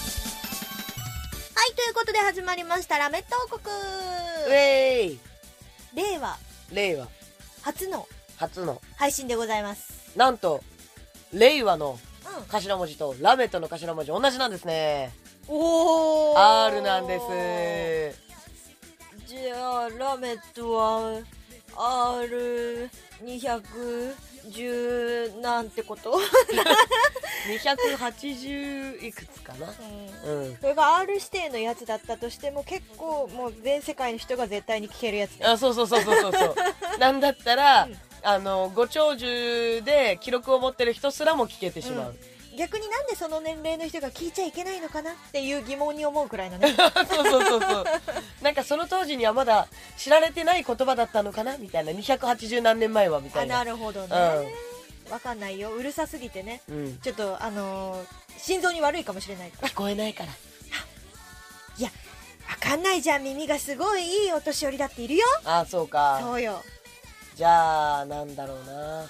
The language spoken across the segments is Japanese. はいということで始まりましたラメット王国ウェーイ令和令和初の初の、配信でございますなんと、令和のうん頭文字とラメットの頭文字同じなんですね。お R なんです。じゃあラメットは R210 なんてこと、 280いくつかなうん。これが R 指定のやつだったとしても結構もう全世界の人が絶対に聞けるやつあ、そうそうそうそうそうそう。なんだったら、うんあの、ご長寿で記録を持ってる人すらも聞けてしまう。逆になんでその年齢の人が聞いちゃいけないのかなっていう疑問に思うくらいのねそうそうそうそう。なんかその当時にはまだ知られてない言葉だったのかなみたいな。280何年前はみたあいな。なるほどね、わかんないようるさすぎてねうん。うん。ちょっとあのー心臓に悪いかもしれない聞こえないから。いやわかんないじゃん耳がすごいいいお年寄りだっているよあ、そうか。そうよじゃあ、なんだろう な。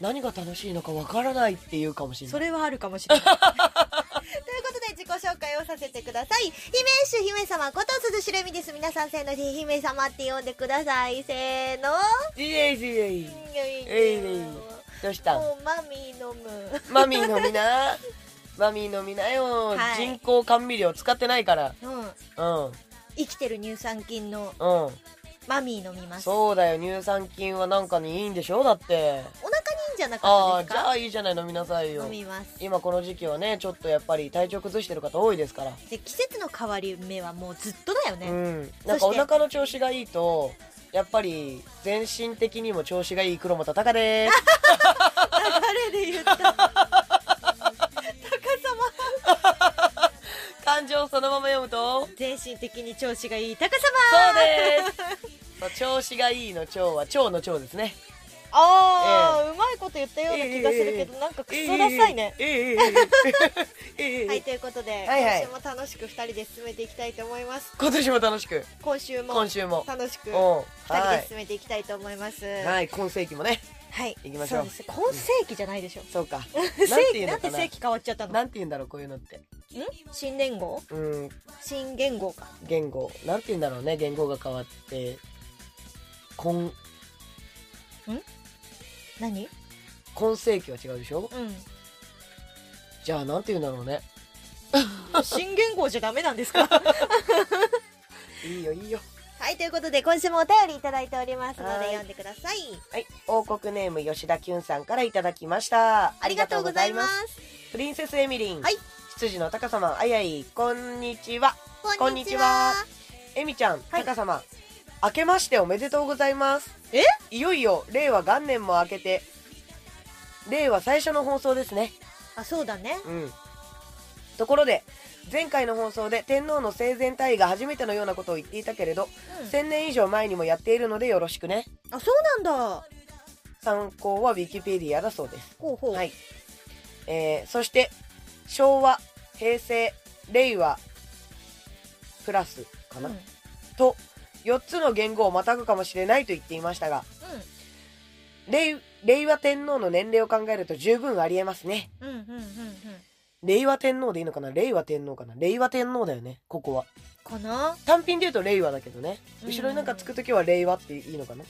何が楽しいのかわからないっていうかもしれそない。れはあるかもしれない ということで自己紹介をさせてください姫主姫様こと鈴しれみです皆さんせーので姫様って呼んでくださいせーのいえいえいええいえいどうした んもうマミー飲むマミー飲みな。マミー飲みなよ。はい人工甘味料使ってないから。うんうん。生きてる乳酸菌のうん。マミー飲みますおそうだよ。乳酸菌はなんかにいいんでしょだって。腹にいいんじゃなあかっあ、じたでゃあいいじゃない。飲みなさいすか飲。よみます今この時期はねちょっとやっぱり体調崩してる方多いですから、で季節の変わり目はもうずっとだようね、んなんかお腹の調子がいいとやっぱり全身的にも調子がいい黒本隆です 流れで言った高さま感情をそのまま読むと全身的に調子がいい高さそうですそう調子がいいの腸は腸の腸ですねああ、うまいこと言ったような気がするけど、ええなんかクソダサいね。えええええええええええはい、ということで、はいはい今週も楽しく2人で進めていきたいと思います。 今年も楽しく今週も今週も楽しくうん2人はで進めていきたいと思います。いは、はいい今世紀もね行きましょうそうです。今世紀じゃないでしょ。そうか 世なんて紀なんていうのかな世紀変わっちゃったのんなんて言うんだろうこういうのって新年号うん新元号か。言語なんて言うんだろうね言語が変わって今何今世紀は違うでしょうん。じゃあなんて言うんだろうね新元号じゃダメなんですかいいよいいよはい、ということで今週もお便りいただいておりますのはでい読んでください。はい王国ネーム吉田きゅんさんからいただきましたありがとうございますす。プリンセスエミリンはい羊のタカ様あやいこんにちはここんんににちちはは。エミちゃんはタいカ様、明けましておめでとうございますえいよいよ令和元年も明けて令和最初の放送ですねあ、そうだね。うん、ところで前回の放送で天皇の生前退位が初めてのようなことを言っていたけれど、うん1000年以上前にもやっているのでよろしくねあ、そうなんだ。参考はウィキペディアだそうです、ほうほう。はいえーそして昭和平成令和プラスかうん。な、うん。と4つの言語をまたぐかもしれないと言っていましたが令令和天皇の年齢を考えると十分ありえますねうんうんうんうん。令和天皇でいいのかな令和天皇かな令和天皇だよねここはかな単品で言うと令和だけどねうん後ろになんかつくときは令和っていいのかな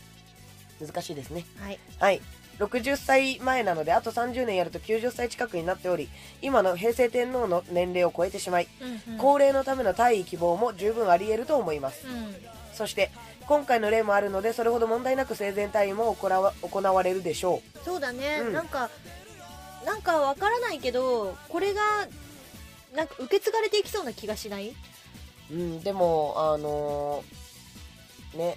難しいですねはい。はい60歳前なのであと30年やると90歳近くになっており今の平成天皇の年齢を超えてしまいうん高齢のための退位希望も十分あり得ると思いますうん。うん。そして今回の例もあるのでそれほど問題なく生前退位も行わ行われるでしょそうだね。うんなんか、なんかわからないけど、これが、なんか受け継がれていきそうな気がしない、う、うん、でもあのーね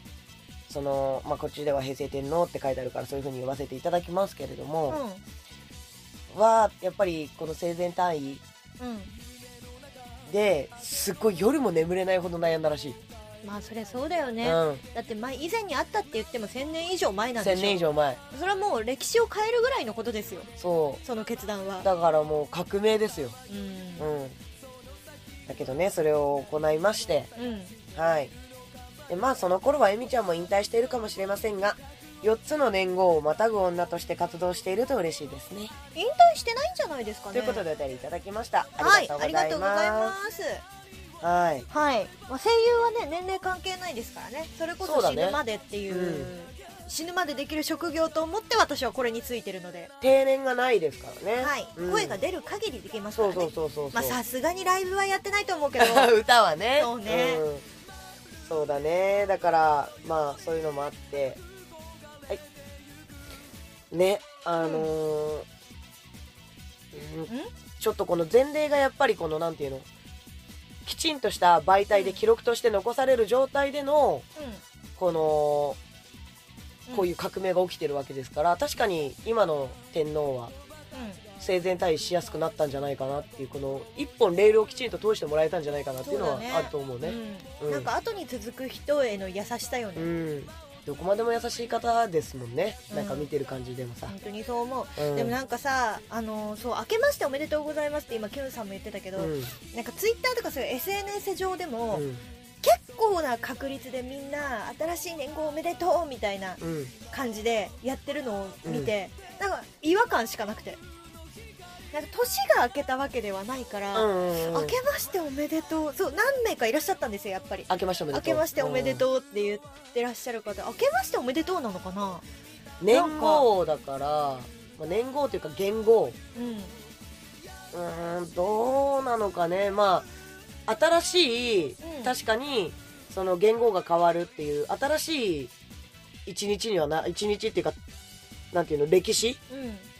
そのまあこっちでは平成天皇って書いてあるからそういうふうに言わせていただきますけれども、うん、うはやっぱりこの生前単位うんですっごい夜も眠れないほど悩んだらしい、まあそりゃそうだよね、うん、だって前以前にあったって言っても1000年以上前なんで1000しょ年以上前それはもう歴史を変えるぐらいのことですよそその決断はうだからもう革命ですよ、うんうん、だけどねそれを行いましてうんはいでまあその頃はエミちゃんも引退しているかもしれませんが4つの年号をまたぐ女として活動していると嬉しいですね引退してないんじゃないですかねということでお便りいただきましたはいあありりががととううごござざいいまますすはいはい、まあ、声優はね年齢関係ないですからねそれこそうだそね死ぬまでっていう死ぬまでできる職業と思って私はこれについてるので、定年がないですからねはいうん声が出る限りできますかそらうねそうそうそうそうまあさすがにライブはやってないと思う けど歌はねそうねんそうだねだからまあそういうのもあってはいねあのーうんんちょっとこの前例がやっぱりこのなんていうのきちんとした媒体で記録として残される状態でのうこのうんこういう革命が起きてるわけですから確かに今の天皇はんうん生前退位しやすくなったんじゃないかなっていうこの一本レールをきちんと通してもらえたんじゃないかなっていうのそはうだねあると思うね。うんうんなんか後に続く人への優しさよね、うん、どこまでも優しい方ですもんね、うんなんか見てる感じでもさ本、当にそう思う、うんでもなんかさあのーそう明けましておめでとうございますって今キュンさんも言ってたけど、うんなんかツイッターとかそういう SNS 上でも、うん結構な確率でみんな新しい年号おめでとうみたいなうん感じでやってるのを見て、なんか違和感しかなくてなんか年が明けたわけではないから、うんうん明けましておめでとうそう何名かいらっしゃったんですよやっぱり明けましておめで明とうけましておめでとうって言ってらっしゃる方明けましておめでとうなのかなうん年号だから、まあ、年号というか元号うんうーんどうなのかねまあ新しい、うん確かにその元号が変わるっていう新しい一日にはな一日っていうかなんていうの歴史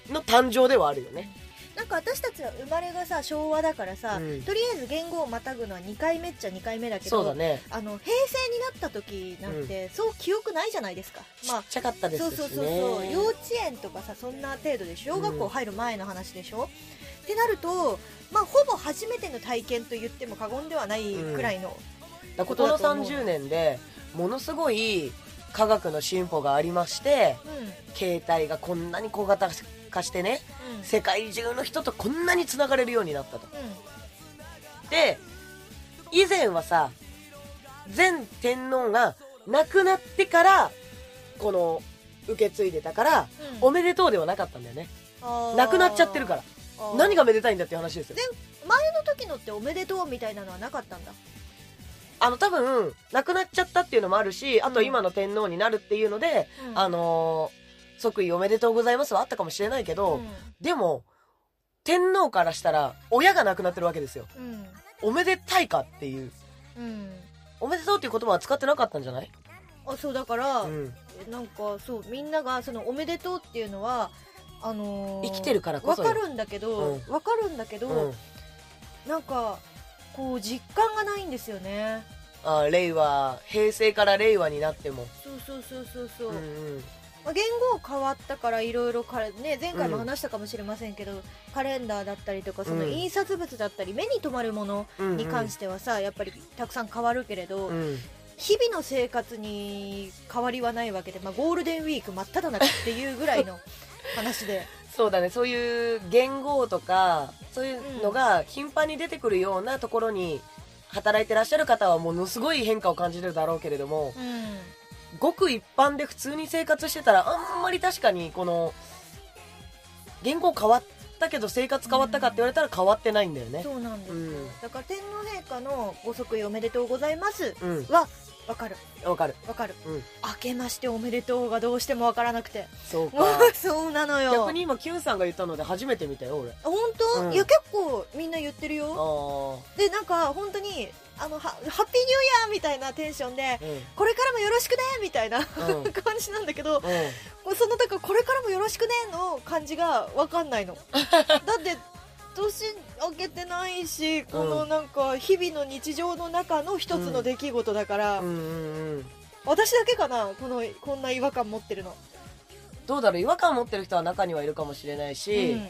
うんの誕生ではあるよねなんか私たちは生まれがさ昭和だからさ、うんとりあえず言語をまたぐのは2回目っちゃ2回目だけどそうだねあの平成になった時なんて、そう記憶ないじゃないですか、ちまっあ、ちゃかったですしそうねそうそうそう幼稚園とかさそんな程度でしょ小学校入る前の話でしょ、ってなると、まあ、ほぼ初めての体験と言っても過言ではないくらいの、だからこの30年でものすごい科学の進歩がありましてうんうん携帯がこんなに小型化してね世界中の人とこんなにつながれるようになったとで以前はさ前天皇が亡くなってからこの受け継いでたからうんおめでとうではなかったんだよねあー亡くなっちゃってるからあー何がめでたいんだっていう話ですよで前の時のっておめでとうみたいなのはなかったんだあの多分亡くなっちゃったっていうのもあるしあとうん今の天皇になるっていうので、うんあのー即位おめでとうございますはあったかもしれないけど、でも、天皇からしたら、親が亡くなってるわけですよ。うんうんおめでたいかっていう。うんおめでとうっていう言葉は使ってなかったんじゃないあそうだから、うん。なんかそうみんながそのおめでとうっていうのはあのー生きてるからこそよわかるんだけど、わかるんだけど、うん。なんかこう実感がないんですよねあー令和、平成から令和になっても。そうそうそうそうそう、うんまうん。あ、言語変わったからいろいろね前回も話したかもしれませんけど、カレンダーだったりとかそのうん印刷物だったり、目に留まるものうんうんに関してはさ、やっぱりたくさん変わるけれど、うん。日々の生活に変わりはないわけで、まあ、ゴールデンウィーク真っ只中っていうぐらいの話で。そうだね、そういう元号とか、そういうのが頻繁に出てくるようなところに、働いてらっしゃる方はものすごい変化を感じるだろうけれども、うんごく一般で普通に生活してたらあんまり確かにこの言語変わったけど生活変わったかって言われたら変わってないんだよねそうなんです、うんだから天皇陛下のご即位おめでとうございますうんはわかるわかるわかるうん明けましておめでとうがどうしてもわからなくてそう もかうそうなのよ逆に今キュンさんが言ったので初めて見たよ俺あ本当、うんいや結構みんな言ってるよあでなんか本当にあのはハッピーニューイヤーみたいなテンションであうんこれからもよろしくねみたいなん 感じなんだけどうんそのだからこれからもよろしくねの感じがわかん ないのだって年明けてないしこのなんか日々の日常の中の一つの出来事だから、うんうんうん私だけかなこのこんな違和感持ってるの、どうだろう違和感持ってる人は中にはいるかもしれないし、うん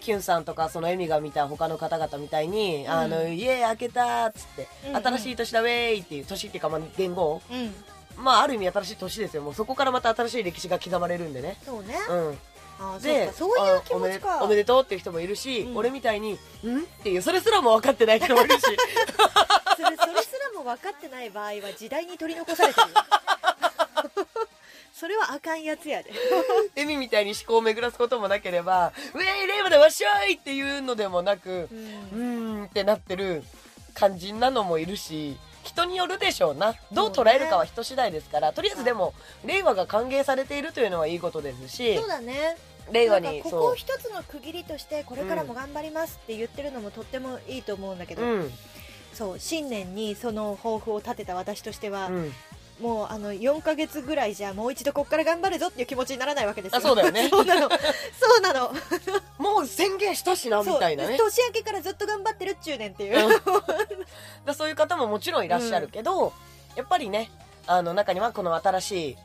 キュンさんとかそのエミが見た他の方々みたいに「んあの家開けた」っつって、うんうん新しい年だウェイ」っていう年っていうか、まあ、元号うんまあある意味新しい年ですよもうそこからまた新しい歴史が刻まれるんでねそうね、うんあーそうでかそういう気持ちあかおめでおめでとうっていう人もいるし、うん俺みたいに「ん?」っていうそれすらも分かってない人もい るしそれそれすらも分かってない場合は時代に取り残されて るよそれはあかんやつやでエミみたいに思考を巡らすこともなければ「ウェイ令和でわっしょい!」っていうのでもなくう「うんーん」ってなってる感じなのもいるし人によるでしょうなどう捉えるかは人次第ですから、とりあえずでも令和が歓迎されているというのはいいことですしそうだね令和なんにかここを一つの区切りとしてこれからも頑張りますって言ってるのもとってもいいと思うんだけど、ううんそう新年にその抱負を立てた私としては、うんもうあの4ヶ月ぐらいじゃもう一度ここから頑張るぞっていう気持ちにならないわけですよあそうだよねそうなのそうなのもう宣言したしなみそうたいなね年明けからずっと頑張ってるっちゅうねんっていう、うんだそういう方ももちろんいらっしゃるけど、やっぱりねあの中にはこの新しい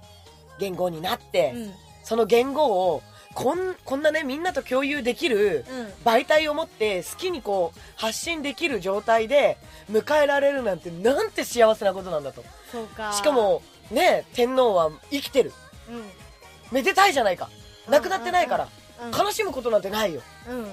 言語になって、うんその言語をこんこんなねみんなと共有できるうん媒体を持って好きにこう発信できる状態で迎えられるなんてなんて幸せなことなんだとそうかしか、もね天皇は生きてるうんうんめでたいじゃないか亡くなってないから、悲しむことなんてないようん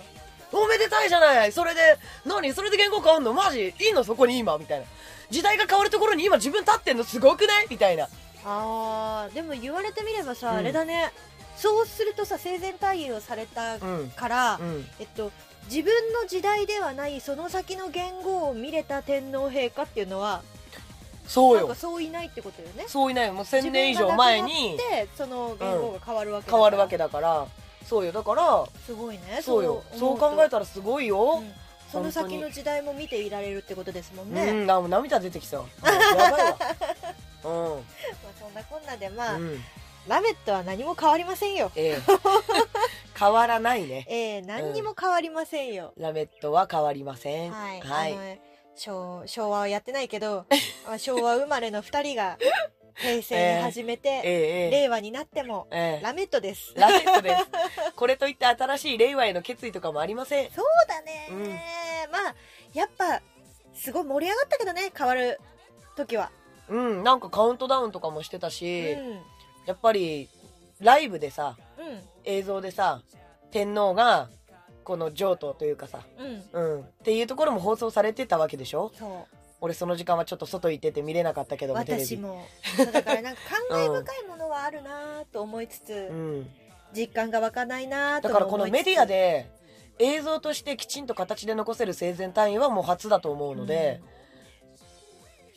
おめでたいじゃないそれで何それで言語変わんのマジいいのそこに今みたいな時代が変わるところに今自分立ってんのすごくないみたいなあーでも言われてみればさ、うんあれだねそうするとさ生前退位をされたうんから、うんえっと、自分の時代ではないその先の元号を見れた天皇陛下っていうのはそうなんかよそういないってことよねそういないよもう1000年以上前自分が亡にくなってその元号が変わるわけだから変わるわけだからそうよだからすごいねそうよそう考えたらすごいらよ、その先本当の時代も見ていられるってことですもんにね、うまんな涙出てき そうやばいあ、わそんなこんなでうまあ、ん、うん、ラメットは何も変わりませんよええ変わらないねええ何にも変わりませんよ、ラメットは変わりませんはい、はいあの昭昭和はやってないけ どまあ昭和生まれの2人が平成に始めえて、えええ令和になってもええラメットですラメットです。これといった新しい令和への決意とかもありません。そうだね、まあやっぱすごい盛り上がったけどね変わる時は、うん、なんかカウントダウンとかもしてたし、うんやっぱりライブでさ、映像でさ、天皇がこの上等というかさ、うんうんうん、っていうところも放送されてたわけでしょそ俺その時間はちょっと外行ってて見れなかったけうども、テレ私ビ。もそうだからなんか感慨深いものはあるなと思いつつ、うん。実感が湧かないなとだもか思いつつらこのメディアで、映像としてきちんと形で残せる生前単位はもう初だと思うので、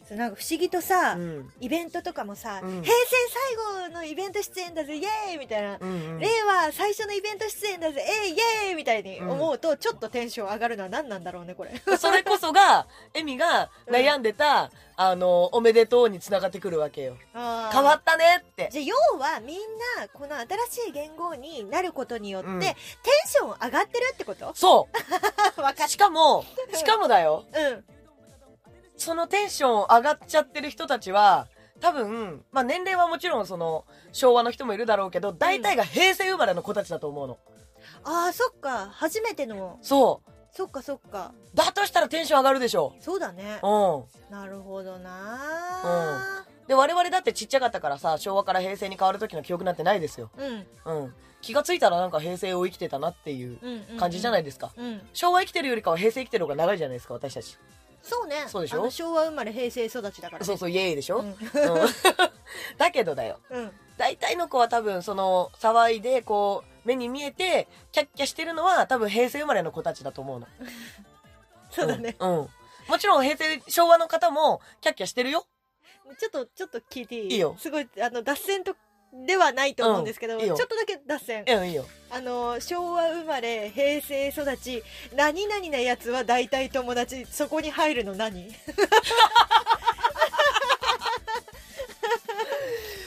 そうなんか不思議とさ、うん。イベントとかもさ、うん平成最後のイベント出演だぜイエーイみたいな、うんうん令和最初のイベント出演だぜえいイエーイみたいに思うと、ちょっとテンション上がるのは何なんだろうねこれ それこそが、エミが悩んでた、あの、おめでとうに繋がってくるわけよ。変変わったねって。じゃあ要はみんなこの新しい言語になることによって、うんテンション上がってるってことそ わかうっしかも、しかもだよ、たうんそのテンション上がっちゃってる人たちは、多分、まあ年齢はもちろんその、昭和の人もいるだろうけど、大体が平成生まれの子たちだと思うの。あーそっか初めてのそそっかそっかう。だとしたらテンション上がるでしょそうだねう。うん。なるほどなで、我々だってちっちゃかったからさ、昭和から平成に変わる時の記憶なんてないですよ。うんうんうん。気がついたらなんか平成を生きてたなっていううんうん感じじゃないいですか。うん昭和生きてるよりかは平成生きてる方が長いじゃないですか私たちそうねそうでしょあの昭和生まれ平成育ちだからそうそうイエーイでしょ、 うんうんだけどだようん 大体の子は多分その騒いでこう目に見えてキャッキャしてるのは多分平成生まれの子たちだと思うのそうだね、うん、うんもちろん平成昭和の方もキャッキャしてるよちょっとちょっと聞いていいいいよすごいあの脱線とではないと思うんですけど、うんいいよちょっとだけ脱線うんいいよあの昭和生まれ平成育ち何々なやつは大体友達そこに入るの 何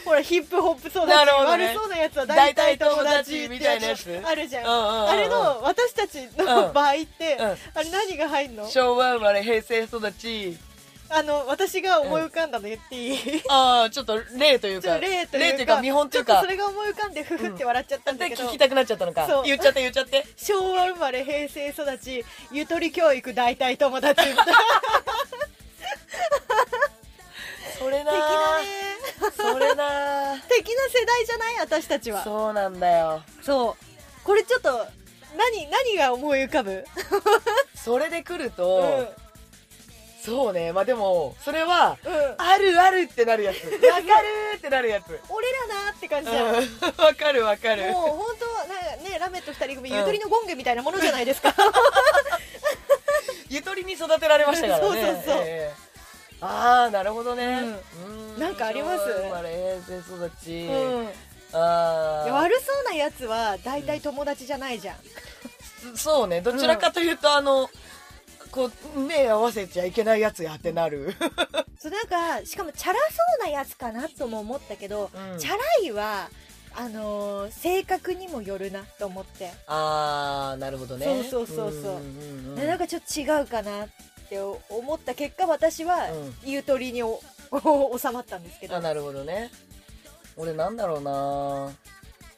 ほらヒップホップ育ち、なるほどね悪そうなやつは大体友達大体友達みたいなやつあるじゃん、うんうんうんうんあれの私たちのうん場合って、うんあれ何が入んの昭和生まれ平成育ちあの私が思い浮かんだの言っていい、ああ、ちょっと例というちょっか。と例というか例というか、見本というちょっかとそ。れが思い浮かんでふふって笑っちゃったんだでけど、聞きたくなっちゃったのそかう。言っちゃって言っちゃって。昭和生まれ平成育ちゆとり教育大体友達みたいなそれな的なねそれ な的な世代じゃない私たちはそうそうなんだよ。これちょっと何何が思い浮かぶ、それで来るうんうと、そうね。まあでも、それは、ん、あるあるってなるやつ。わかるーってなるやつ。俺らなって感うじじゃん、もうんわかるわかる。本当はなんかねラメット二人組ゆとりのゴングみたいなものじゃないですか、ゆとりに育てられましたからね。そうそうそうええああ、なるほどね。うなんかあります昭和生まれ平成育ち。うんあいやあ。悪そうなやつは大体友達じゃないじゃん、そうね。どちらかというと、あの、こう、目合わせちゃいけないやつやってなる。そうなんかしかもチャラそうなやつかなとも思ったけど、うんチャラいはあのー性格にもよるなと思って、ああ、なるほどね。そうそうそうそうんんうんでなんかちょっと違うかなって思った結果私はうんゆとりにお 収まったんですけどあ、なるほどね。俺なんだろうな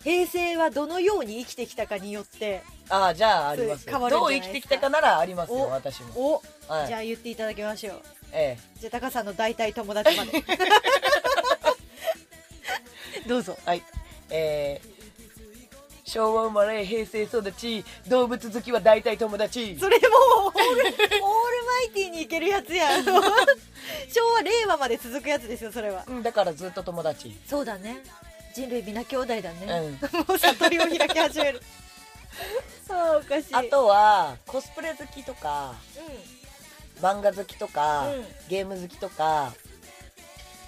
平成はどのように生きてきたかによってああ、じゃあありますそよう変わるんじどゃうない生ですかきてきたかならありますよ、お私も。お、はい。じゃあ言っていただきましょうええ。じゃあタカさんの大体友達ま でどうぞはい。えー、昭和生まれ、平成育ち、動物好きは大体友達。それもうオールオールマイティにいけるやつ やん昭和令和まで続くやつですよそれはうん、だからずっと友達。そうだね人類皆兄弟だうね、ん。もう悟りを開き始めるそうおかしいあとは、コスプレ好きとか、漫画好きとか、うんゲーム好きとか、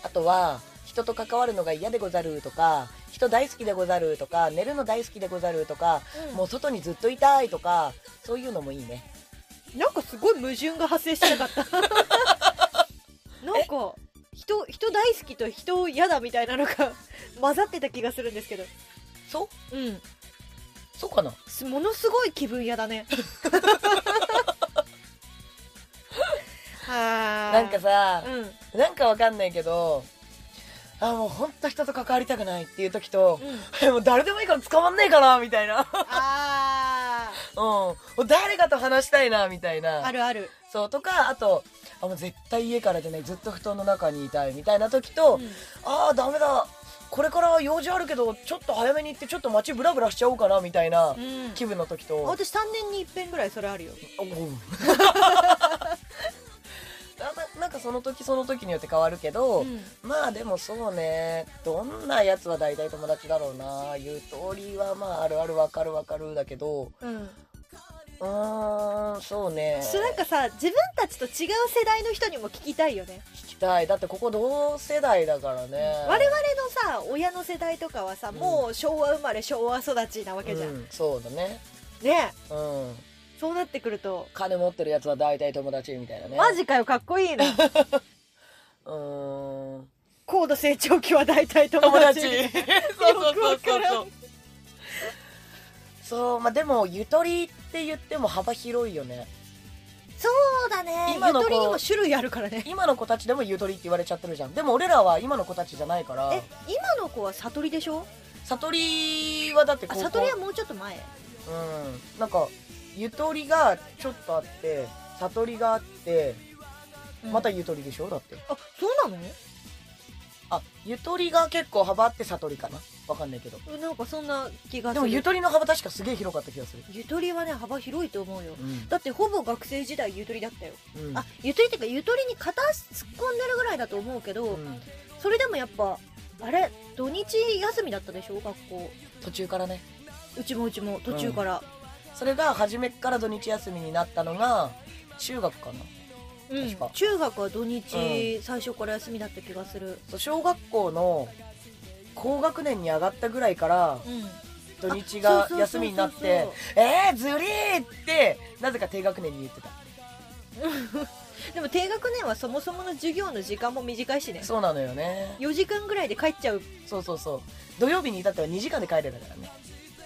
あとは、人と関わるのが嫌でござるとか、人大好きでござるとか、寝るの大好きでござるとか、うんもう外にずっといたいとか、そういうのもいいね。うん、なんかすごい矛盾が発生 してなかったなんか人人大好きと人嫌だみたいなのが 混ざってた気がするんですけどそううんそうかなすものすごい気分屋だ ねはなんかさ、うんなんかわかんないけど、あ、もうほんと人と関わりたくないっていう時と、うんもう誰でもいいから捕まんねえかな、みたいな。 うん。あもう誰かと話したいな、みたいーな。あるあるそう、とか、あと、あ、もう絶対家から出ない、ずっと布団の中にいたい、みたいな時と、うんあー、ダメだ。これから用事あるけど、ちょっと早めに行って、ちょっと街ブラブラしちゃおうかな、みたいなうん気分の時と。私3年に一遍ぐらいそれあるよおう なななんかその時その時によって変わるけど、うんまあでもそうねどんなやつは大体友達だろうなゆとりはまああるあるわかるわかるだけどうんうーんそうねそれなんかさ自分たちと違う世代の人にも聞きたいよね聞きたいだってここ同世代だからね我々のさ親の世代とかはさ、んもう昭和生まれ昭和育ちなわけじゃん、うんそうだねねえうんそうなってくると、金持ってるやつは大体友達みたいなねマジかよかっこ いいなうーん高度成長期は大体 友友達達そうそうそうそうそう そうまあでもゆとりって言っても幅広いよねそうだね今のゆとりにも子種類あるからね今の子たちでもゆとりって言われちゃってるじゃんでも俺らは今の子たちじゃないからえ今の子は悟りでしょ悟りはだってあ高校悟りはもうちょっと前うんなんかゆとりがちょっとあって悟りがあってうんまたゆとりでしょだってあそうなのあゆとりが結構幅あって悟りかなわかんないけどなんかそんな気がするでもゆとりの幅確かすげえ広かった気がするゆとりはね幅広いと思うようんだってほぼ学生時代ゆとりだったよ、うんあゆとりっていうかゆとりに片足突っ込んでるぐらいだと思うけど、うんそれでもやっぱあれ土日休みだったでしょ学校途中からねうちもうちも途中から、それが初めっから土日休みになったのが中学かなうん確か中学は土日、最初から休みだった気がするそう小学校の高学年に上がったぐらいからうん土日があそうそうそうそう休みになって「えー、ずりー!」ってなぜか低学年に言ってたでも低学年はそもそもの授業の時間も短いしねそうなのよね4時間ぐらいで帰っちゃうそうそうそう土曜日に至っては2時間で帰れたからね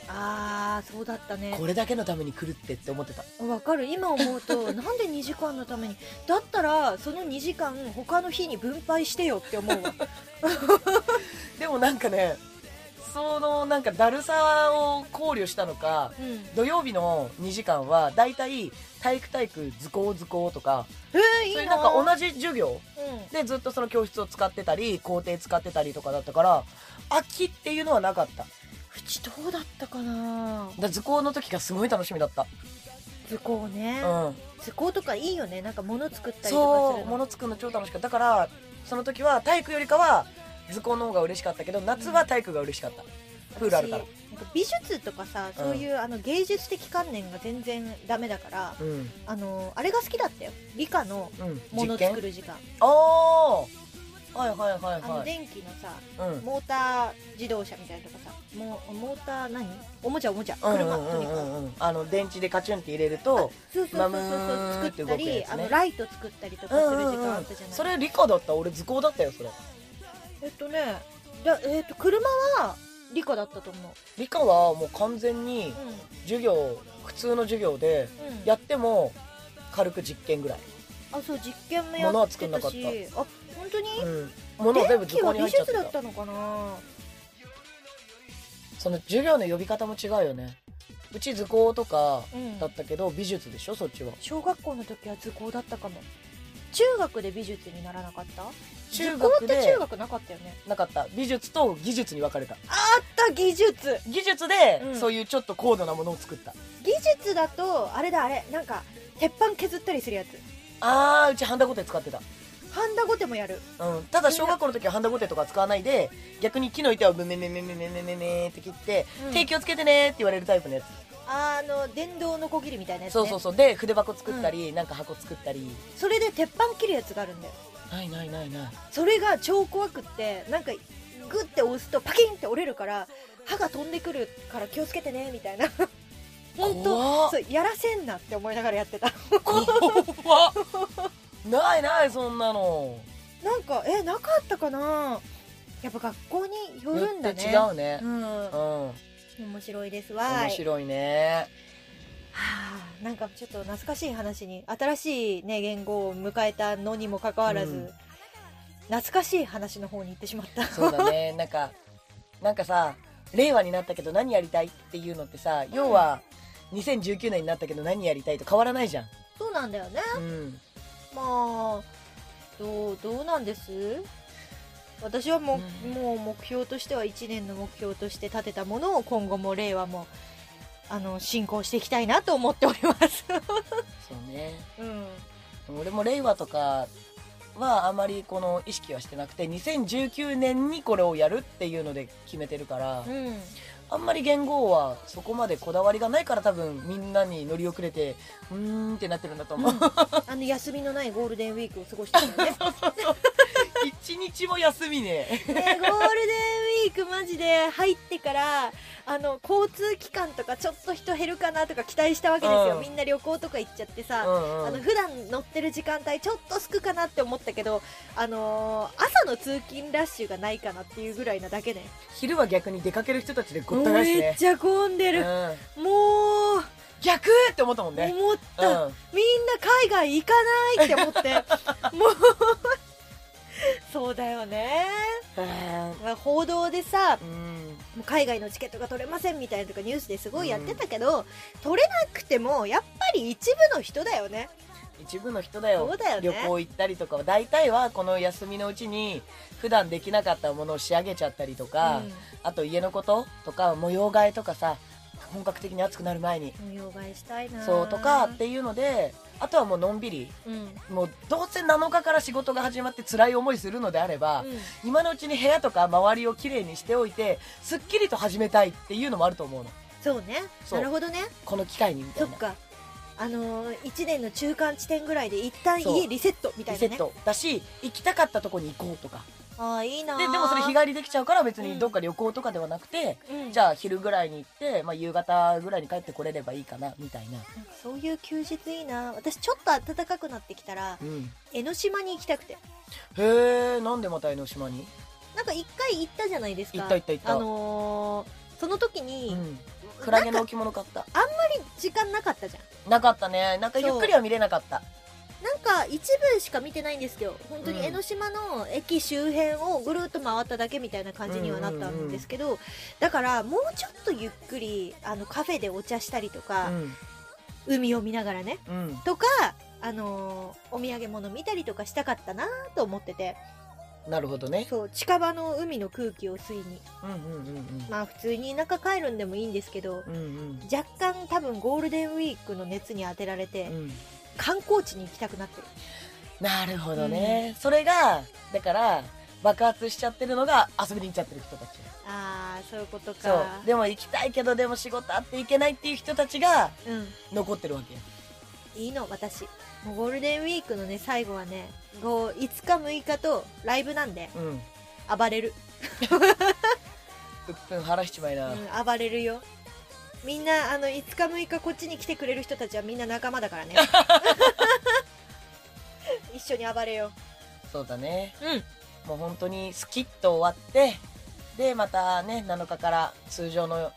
ああそうだったねこれだけのために来るってって思ってたわかる今思う となんで2時間のためにだったらその2時間他の日に分配してよって思う わでもなんかねそのなんかだるさを考慮したのかうん土曜日の2時間はだいたい体育体育図工図工とかえー、いいそなれなんか同じ授業うんでずっとその教室を使ってたり校庭使ってたりとかだったから飽きっていうのはなかっただかうちどうだったかなら図工の時がすごい楽しみだった図工ね、うん図工とかいいよねなんか物作ったりとかすそうるものの作るの超楽しかっただからその時は体育よりかは図工の方が嬉しかったけど夏は体育が嬉しかった、プールあるから私なんか美術とかさそういう、あの芸術的観念が全然ダメだからうんあのあれが好きだったよ理科のうんもの実作験る時間ああはいはいはあいのはい電気のさうんモーター自動車みたいなとかさもモーター何おもちゃおもちゃうんう車とんにうかんうんくうんあの電池でカチュンって入れるとそうそうそうそうまむー作っってた動くり、やつねあのライト作ったりとかする時間あったじゃない、それ理科だった俺図工だったよそれえっとねだえっと車は理科だったと思う理科はもう完全にうん授業普通の授業でうんやっても軽く実験ぐらい、あそう実験もや物はっ作てんなたかっしあ本当に、うん、物を全部図工に入っちゃって電気は美術だたったのかなその授業の呼び方も違うよねうち図工とかうんだったけど美術でしょそっちは小学校の時は図工だったかも中学で美術にならなかった中図工学って中で学なかったよねなかった美術と技術に分かれたあった技術技術で、うんそういうちょっと高度なものを作った技術だとあれだあれなんか鉄板削ったりするやつあーうちハンダゴテ使ってた、ハンダゴテもやるうん、ただ小学校の時はハンダゴテとか使わないで逆に木の板をブメメメメメメメメって切って、うん手気をつけてねって言われるタイプのやつ、あの電動のこぎりみたいなやつ、ね、そうそうそうで筆箱作ったり、なんか箱作ったりそれで鉄板切るやつがあるんだよないないないないそれが超怖くってなんかグッて押すとパキンって折れるから歯が飛んでくるから気をつけてねみたいな本 怖当そっうやらせんなって思いながらやってた怖っないないそんなのなんかえなかったかなやっぱ学校によるんだねよって違うねうんうん、面白いですわ面白いねはあ、なんかちょっと懐かしい話に新しい、ね、言語を迎えたのにもかかわらず、うん懐かしい話の方に行ってしまったそうだねなんかなんかさ令和になったけど何やりたいっていうのってさ要は2019年になったけど何やりたいと変わらないじゃん、 そうなんだよねうん、まあどうどうなんです私はも,、ううんもう目標としては1年の目標として立てたものを今後も令和もあの進行していきたいなと思っております、そうね うん、俺も令和とかはあまりこの意識はしてなくて2019年にこれをやるっていうので決めてるからうん、あんまり言語はそこまでこだわりがないから多分みんなに乗り遅れてうーんってなってるんだと思う、あの休みのないゴールデンウィークを過ごして るよね 一日も休みねね、ゴールデンウィークマジで入ってからあの交通機関とかちょっと人減るかなとか期待したわけですよ、うんみんな旅行とか行っちゃってさ、うんあうのん普段乗ってる時間帯ちょっとすくかなって思ったけど、あのー朝の通勤ラッシュがないかなっていうぐらいなだけで、昼は逆に出かける人たちでごった返しめねっ、ちゃ混んでうる、ん、もう逆って思ったもんね思っうんた、みんな海外行かないって思って もうそうだよね報道でさうんもう海外のチケットが取れませんみたいなとかニュースですごいやってたけど、取れなくてもやっぱり一部の人だよね一部の人だよそうだよね旅行行ったりとかは大体はこの休みのうちに普段できなかったものを仕上げちゃったりとか、うんあと家のこととか模様替えとかさ本格的に暑くなる前に模様替えしたいなそうとかっていうのであとはもうのんびりうん、うんもうどうせ7日から仕事が始まって辛い思いするのであれば、今のうちに部屋とか周りをきれいにしておいてすっきりと始めたいっていうのもあると思うのそうねそうなるほどねこの機会にみたそいっなかあのー、1年の中間地点ぐらいで一旦そう家リセットみたいなリセねットだし行きたかったとこに行こうとかああいいなででもそれ日帰りできちゃうから別にどっか旅行とかではなくて、うんじゃあ昼ぐらいに行って、まあ、夕方ぐらいに帰ってこれればいいかなみたいな、なんかそういう休日いいな私ちょっと暖かくなってきたらうん、江ノ島に行きたくてへえんでまた江ノ島になんか一回行ったじゃないですか行った行った行ったあのーその時に、うんクラゲの置物買った時間なかったじゃんなかったねなんかゆっくりは見れなかったなんか一部しか見てないんですけど本当に江ノ島の駅周辺をぐるっと回っただけみたいな感じにはなったんですけど、だからもうちょっとゆっくりあのカフェでお茶したりとか、ん海を見ながらねうんとか、あのーお土産物見たりとかしたかったなと思っててなるほどねそう近場の海の空気を吸いにうんうんうんまあ普通に田舎帰るんでもいいんですけどうんうん若干多分ゴールデンウィークの熱に当てられてうんうん観光地に行きたくなってるなるほどね、それがだから爆発しちゃってるのが遊びに行っちゃってる人たちああそういうことかそうでも行きたいけどでも仕事あって行けないっていう人たちがうん残ってるわけよいいの私もうゴールデンウィークのね最後はね5 5日6日とライブなんでうん暴れる、うっぷん腹しちまいな、うん、暴れるよみんなあの5日6日こっちに来てくれる人たちはみんな仲間だからね一緒に暴れよそうだねううんもう本当にスキッと終わってでまたね7日から通常の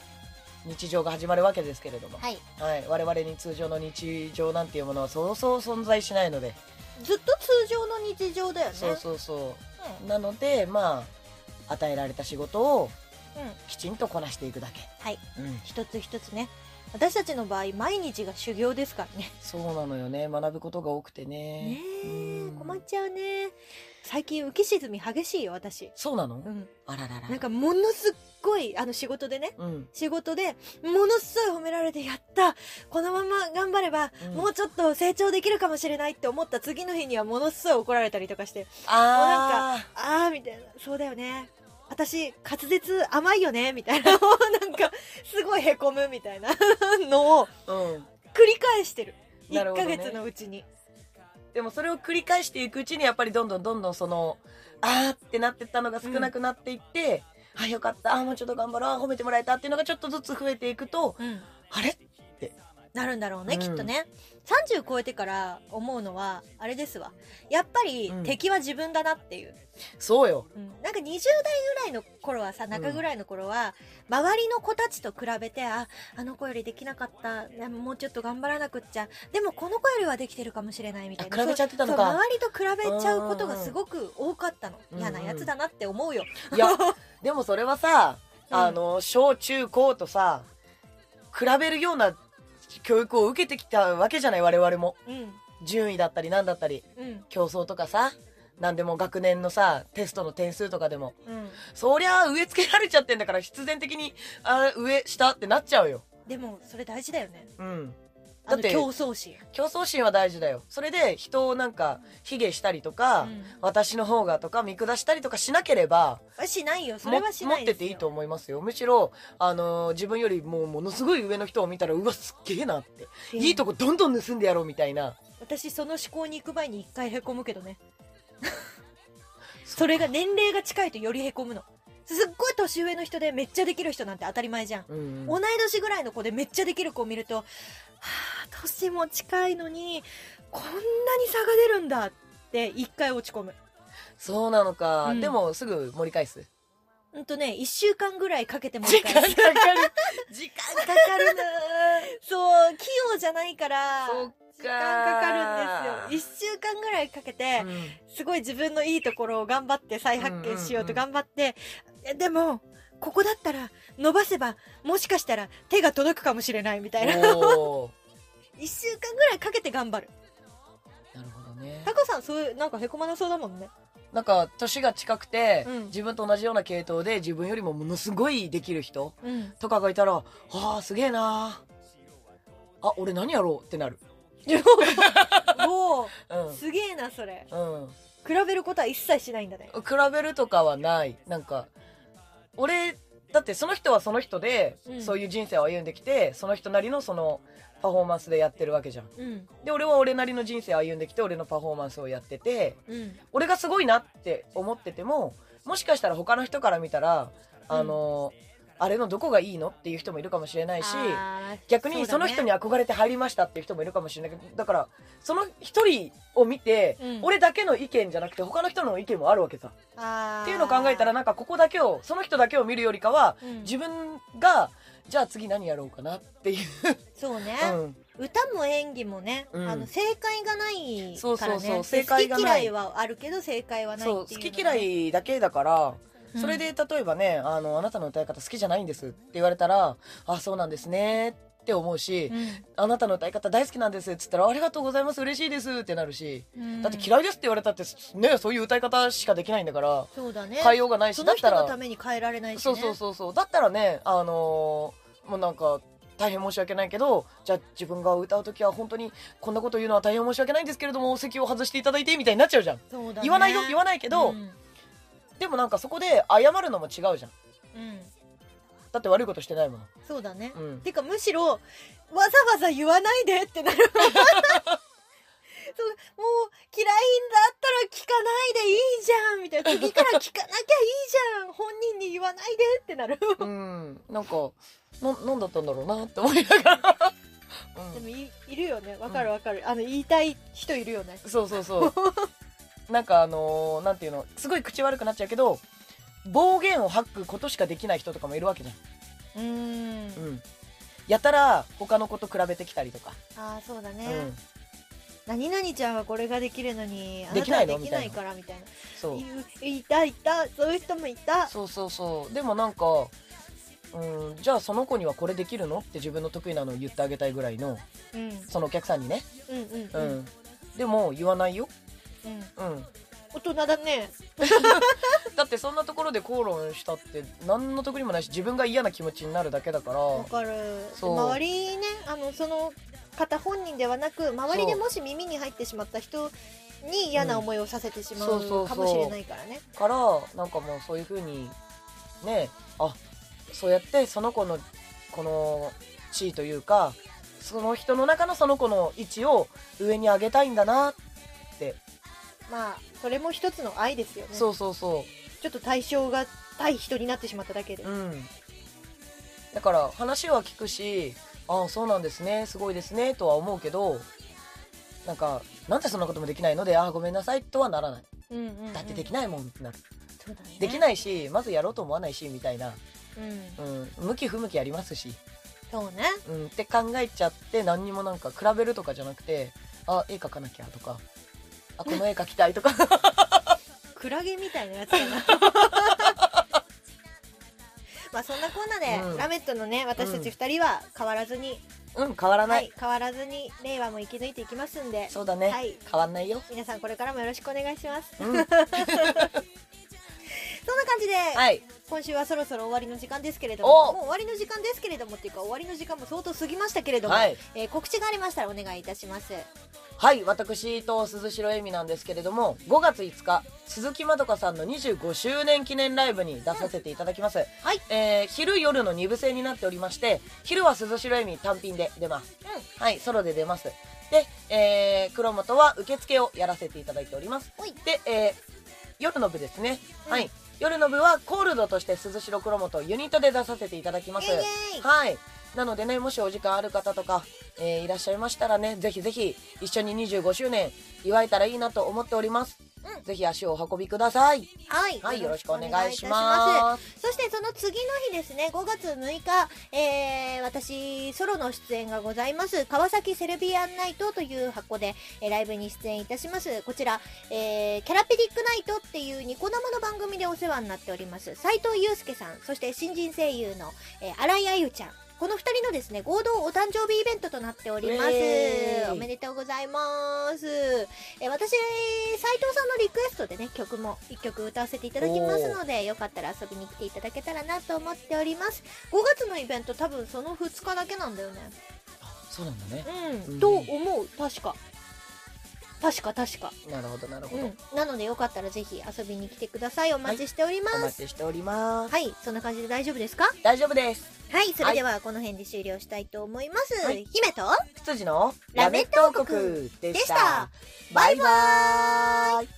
日常が始まるわけですけれども、はいはい、我々に通常の日常なんていうものはそうそう存在しないので、ずっと通常の日常だよねそうそうそう、なのでまあ与えられた仕事をうんきちんとこなしていくだけはいうん一つ一つね私たちの場合毎日が修行ですからねそうなのよね学ぶことが多くてねねえうん困っちゃうね最近浮き沈み激しいよ私そうなの、うんあらららなんかものすっごいあの仕事でねうん仕事でものすごい褒められてやったこのまま頑張れば、うんもうちょっと成長できるかもしれないって思った次の日にはものすごい怒られたりとかしてああああみたいなそうだよね私滑舌甘いよねみたいなも うなんかすごいへこむみたいなのをうん繰り返してるなる1ほどヶね月のうちに、でもそれを繰り返していくうちにやっぱりどんどんどんどんそのあーってなってったのが少なくなっていって、あよかったあーもうちょっと頑張ろうあー褒めてもらえたっていうのがちょっとずつ増えていくとうんあれなるんだろうね、うんきっとね30超えてから思うのはあれですわやっぱりうん敵は自分だなっていう、そうようんなんか20代ぐらいの頃はさ中ぐらいの頃は、周りの子たちと比べてああの子よりできなかったねもうちょっと頑張らなくっちゃでもこの子よりはできてるかもしれないみたいなあ比べちゃってたのそかうそう周りと比べちゃうことがすごく多かったのうんうん嫌なやつだなって思うよ、いやでもそれはさうんあの小中高とさ比べるような教育を受けてきたわけじゃない我々もうん順位だったり何だったりうん競争とかさ何でも学年のさテストの点数とかでもうんそりゃあ植え付けられちゃってんだから必然的にあー上下ってなっちゃうよでもそれ大事だよねうんあだのって競争心競争心は大事だよそれで人をなんか卑下したりとか、うん私の方がとか見下したりとかしなければあしないよそもれはし持ないってですてよいいと思いますよむしろ、あのー自分よりもうものすごい上の人を見たらうわすっげえなってうんいいとこどんどん盗んでやろうみたいな私その思考に行く前に一回へこむけどねそれが年齢が近いとよりへこむのすっごい年上の人でめっちゃできる人なんて当たり前じゃん、うん同い年ぐらいの子でめっちゃできる子を見るとはあ年も近いのにこんなに差が出るんだって一回落ち込むそうなのか、うんでもすぐ盛り返すうんとね1週間ぐらいかけてもう時一間か回かる時間かかるなそう器用じゃないから そっか時間かかるんですよ1週間ぐらいかけて、うんすごい自分のいいところを頑張って再発見しようと頑張って、いやでも、ここだったら伸ばせば、もしかしたら手が届くかもしれないみたいな。おー一週間ぐらいかけて頑張る。なるほどねタカさん、そういう、なんかへこまなそうだもんね。なんか年が近くて、うん自分と同じような系統で自分よりもものすごいできる人うん。とかがいたらあーすげえなーあ俺何やろうってなるおうお、すげえな、それ。んうん比べることは一切しないんだね。比べるとかはないなんか俺だってその人はその人で、うんそういう人生を歩んできてその人なりのそのパフォーマンスでやってるわけじゃんうん。で俺は俺なりの人生を歩んできて俺のパフォーマンスをやっててうん。俺がすごいなって思っててももしかしたら他の人から見たらあの、あれのどこがいいのっていう人もいるかもしれないし逆にその人に憧れて入りましたっていう人もいるかもしれないけどだからその一人を見て、うん俺だけの意見じゃなくて他の人の意見もあるわけさ。っていうのを考えたら、なんかここだけをその人だけを見るよりかはうん自分がじゃあ次何やろうかなっていう、そうね、うん歌も演技もね、うんあの正解がないそうかそらうそうね正解が好きな嫌いいはあるけど正解はないそう好っていうのがねき嫌いだけだから、うんそれで例えばねあの「あなたの歌い方好きじゃないんです」って言われたら「あそうなんですね」って思うし、あなたの歌い方大好きなんです」っつったら「ありがとうございます嬉しいです」ってなるし、うんだってうん嫌いですって言われたってねそういう歌い方しかできないんだからそうだね変えようがないしそだのった人らのために変えられないし、ね、そうそうそうそうだったらねあのーもうなんか大変申し訳ないけどじゃあ自分が歌う時は本当にこんなこと言うのは大変申し訳ないんですけれどもお席を外していただいてみたいになっちゃうじゃん、そうだね言わないよ言わないけど、うんでもなんかそこで謝るのも違うじゃんうんだって悪いことしてないものそうだね、うんてかむしろわざわざ言わないでってなる そうもう嫌いだったら聞かないでいいじゃんみたいな次から聞かなきゃいいじゃん本人に言わないでって なるうんなんかななんだったんだろうなって思いながら、 でうもいいるよねわかるわかる、あの言いたい人いるよねん、そうそうそう なんかあのーなんていうのすごい口悪くなっちゃうけど暴言を吐くことしかできない人とかもいるわけじゃんうんうん、やたら他の子と比べてきたりとか、ああそうだね、うん、何々ちゃんはこれができるのにあでなきたなはいのできないからみたいなそういいたいたそういう人もいたそうそうそうでもなんか、うん、じゃあその子にはこれできるのって自分の得意なのを言ってあげたいぐらいのうんうんそのお客さんにね、うんううんん、うんでも言わないよ、うん、大人だねだってそんなところで口論したって何の得にもないし自分が嫌な気持ちになるだけだからわかるそう周りねあのその方本人ではなく周りでそうもし耳に入ってしまった人に嫌な思いをさせてしまうんそうそうそううかもしれないからねからなんかもうそういう風にねあそうやってその子のこの地位というかその人の中のその子の位置を上に上げたいんだな、まあそれも一つの愛ですよねそうそうそちょっと対象が対人になってしまっただけでううんだから話は聞くしああそうなんですねすごいですねとは思うけどなんかなんでそんなこともできないのでああごめんなさいとはならないうんうんうんだってできないもんってなるそうだねできないしまずやろうと思わないしみたいな、うんうん、向き不向きありますしそうねうん、って考えちゃって何にもなんか比べるとかじゃなくてあ絵描かなきゃとかあこの絵描きたいとか クラゲみたいなやつかなまあそんなこんなで、うんラメットのね私たち2人は変わらずに、うん変わらな、はいい変わらずに令和も生き抜いていきますんでそうだね、はい変わんないよ、皆さんこれからもよろしくお願いします うん、はそんな感じで、い今週はそろそろ終わりの時間ですけれどもおもう終わりの時間ですけれどもっていうか終わりの時間も相当過ぎましたけれども、はい、えー告知がありましたらお願いいたしますはい、私と鈴代恵美なんですけれども5月5日鈴木まどかさんの25周年記念ライブに出させていただきます、はいえー昼夜の2部制になっておりまして昼は鈴代恵美単品で出ます、うはいソロで出ますで、えー、黒本は受付をやらせていただいておりますはいで、えー夜の部ですね、うんはい夜の部はコールドとして鈴代黒本をユニットで出させていただきますイエイイエイはいなのでねもしお時間ある方とか、えーいらっしゃいましたらねぜひぜひ一緒に25周年祝えたらいいなと思っております、うんぜひ足をお運びくださいはい、はいよろしくお願いしお願いいたしますそしてその次の日ですね、5月6日、えー、私、ソロの出演がございます、川崎セルビアンナイトという箱で、えーライブに出演いたします。こちら、えー、キャラペディックナイトっていうニコ生の番組でお世話になっております、斉藤祐介さん、そして新人声優の、えー、新井あゆちゃん。この二人のですね、合同お誕生日イベントとなっております。イエーイおめでとうございます。えー私、斉藤さんのリクエストでね、曲も一曲歌わせていただきますので、よかったら遊びに来ていただけたらなと思っております。5月のイベント多分その2日だけなんだよね。そうなんだねうん。うんと思う、確か。確か確か。なるほどなるほうど、ん。なのでよかったらぜひ遊びに来てください。お待ちしておりまお待す。ちしております、はい、そんな感じで大丈夫ですか大丈夫ですはい、それではこの辺で終了したいと思います。はい姫と羊のラメット王国ででしたバイバーイ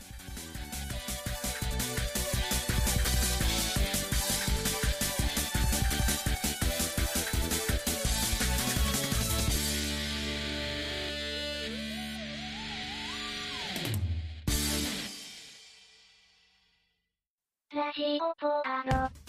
ラジオポアド。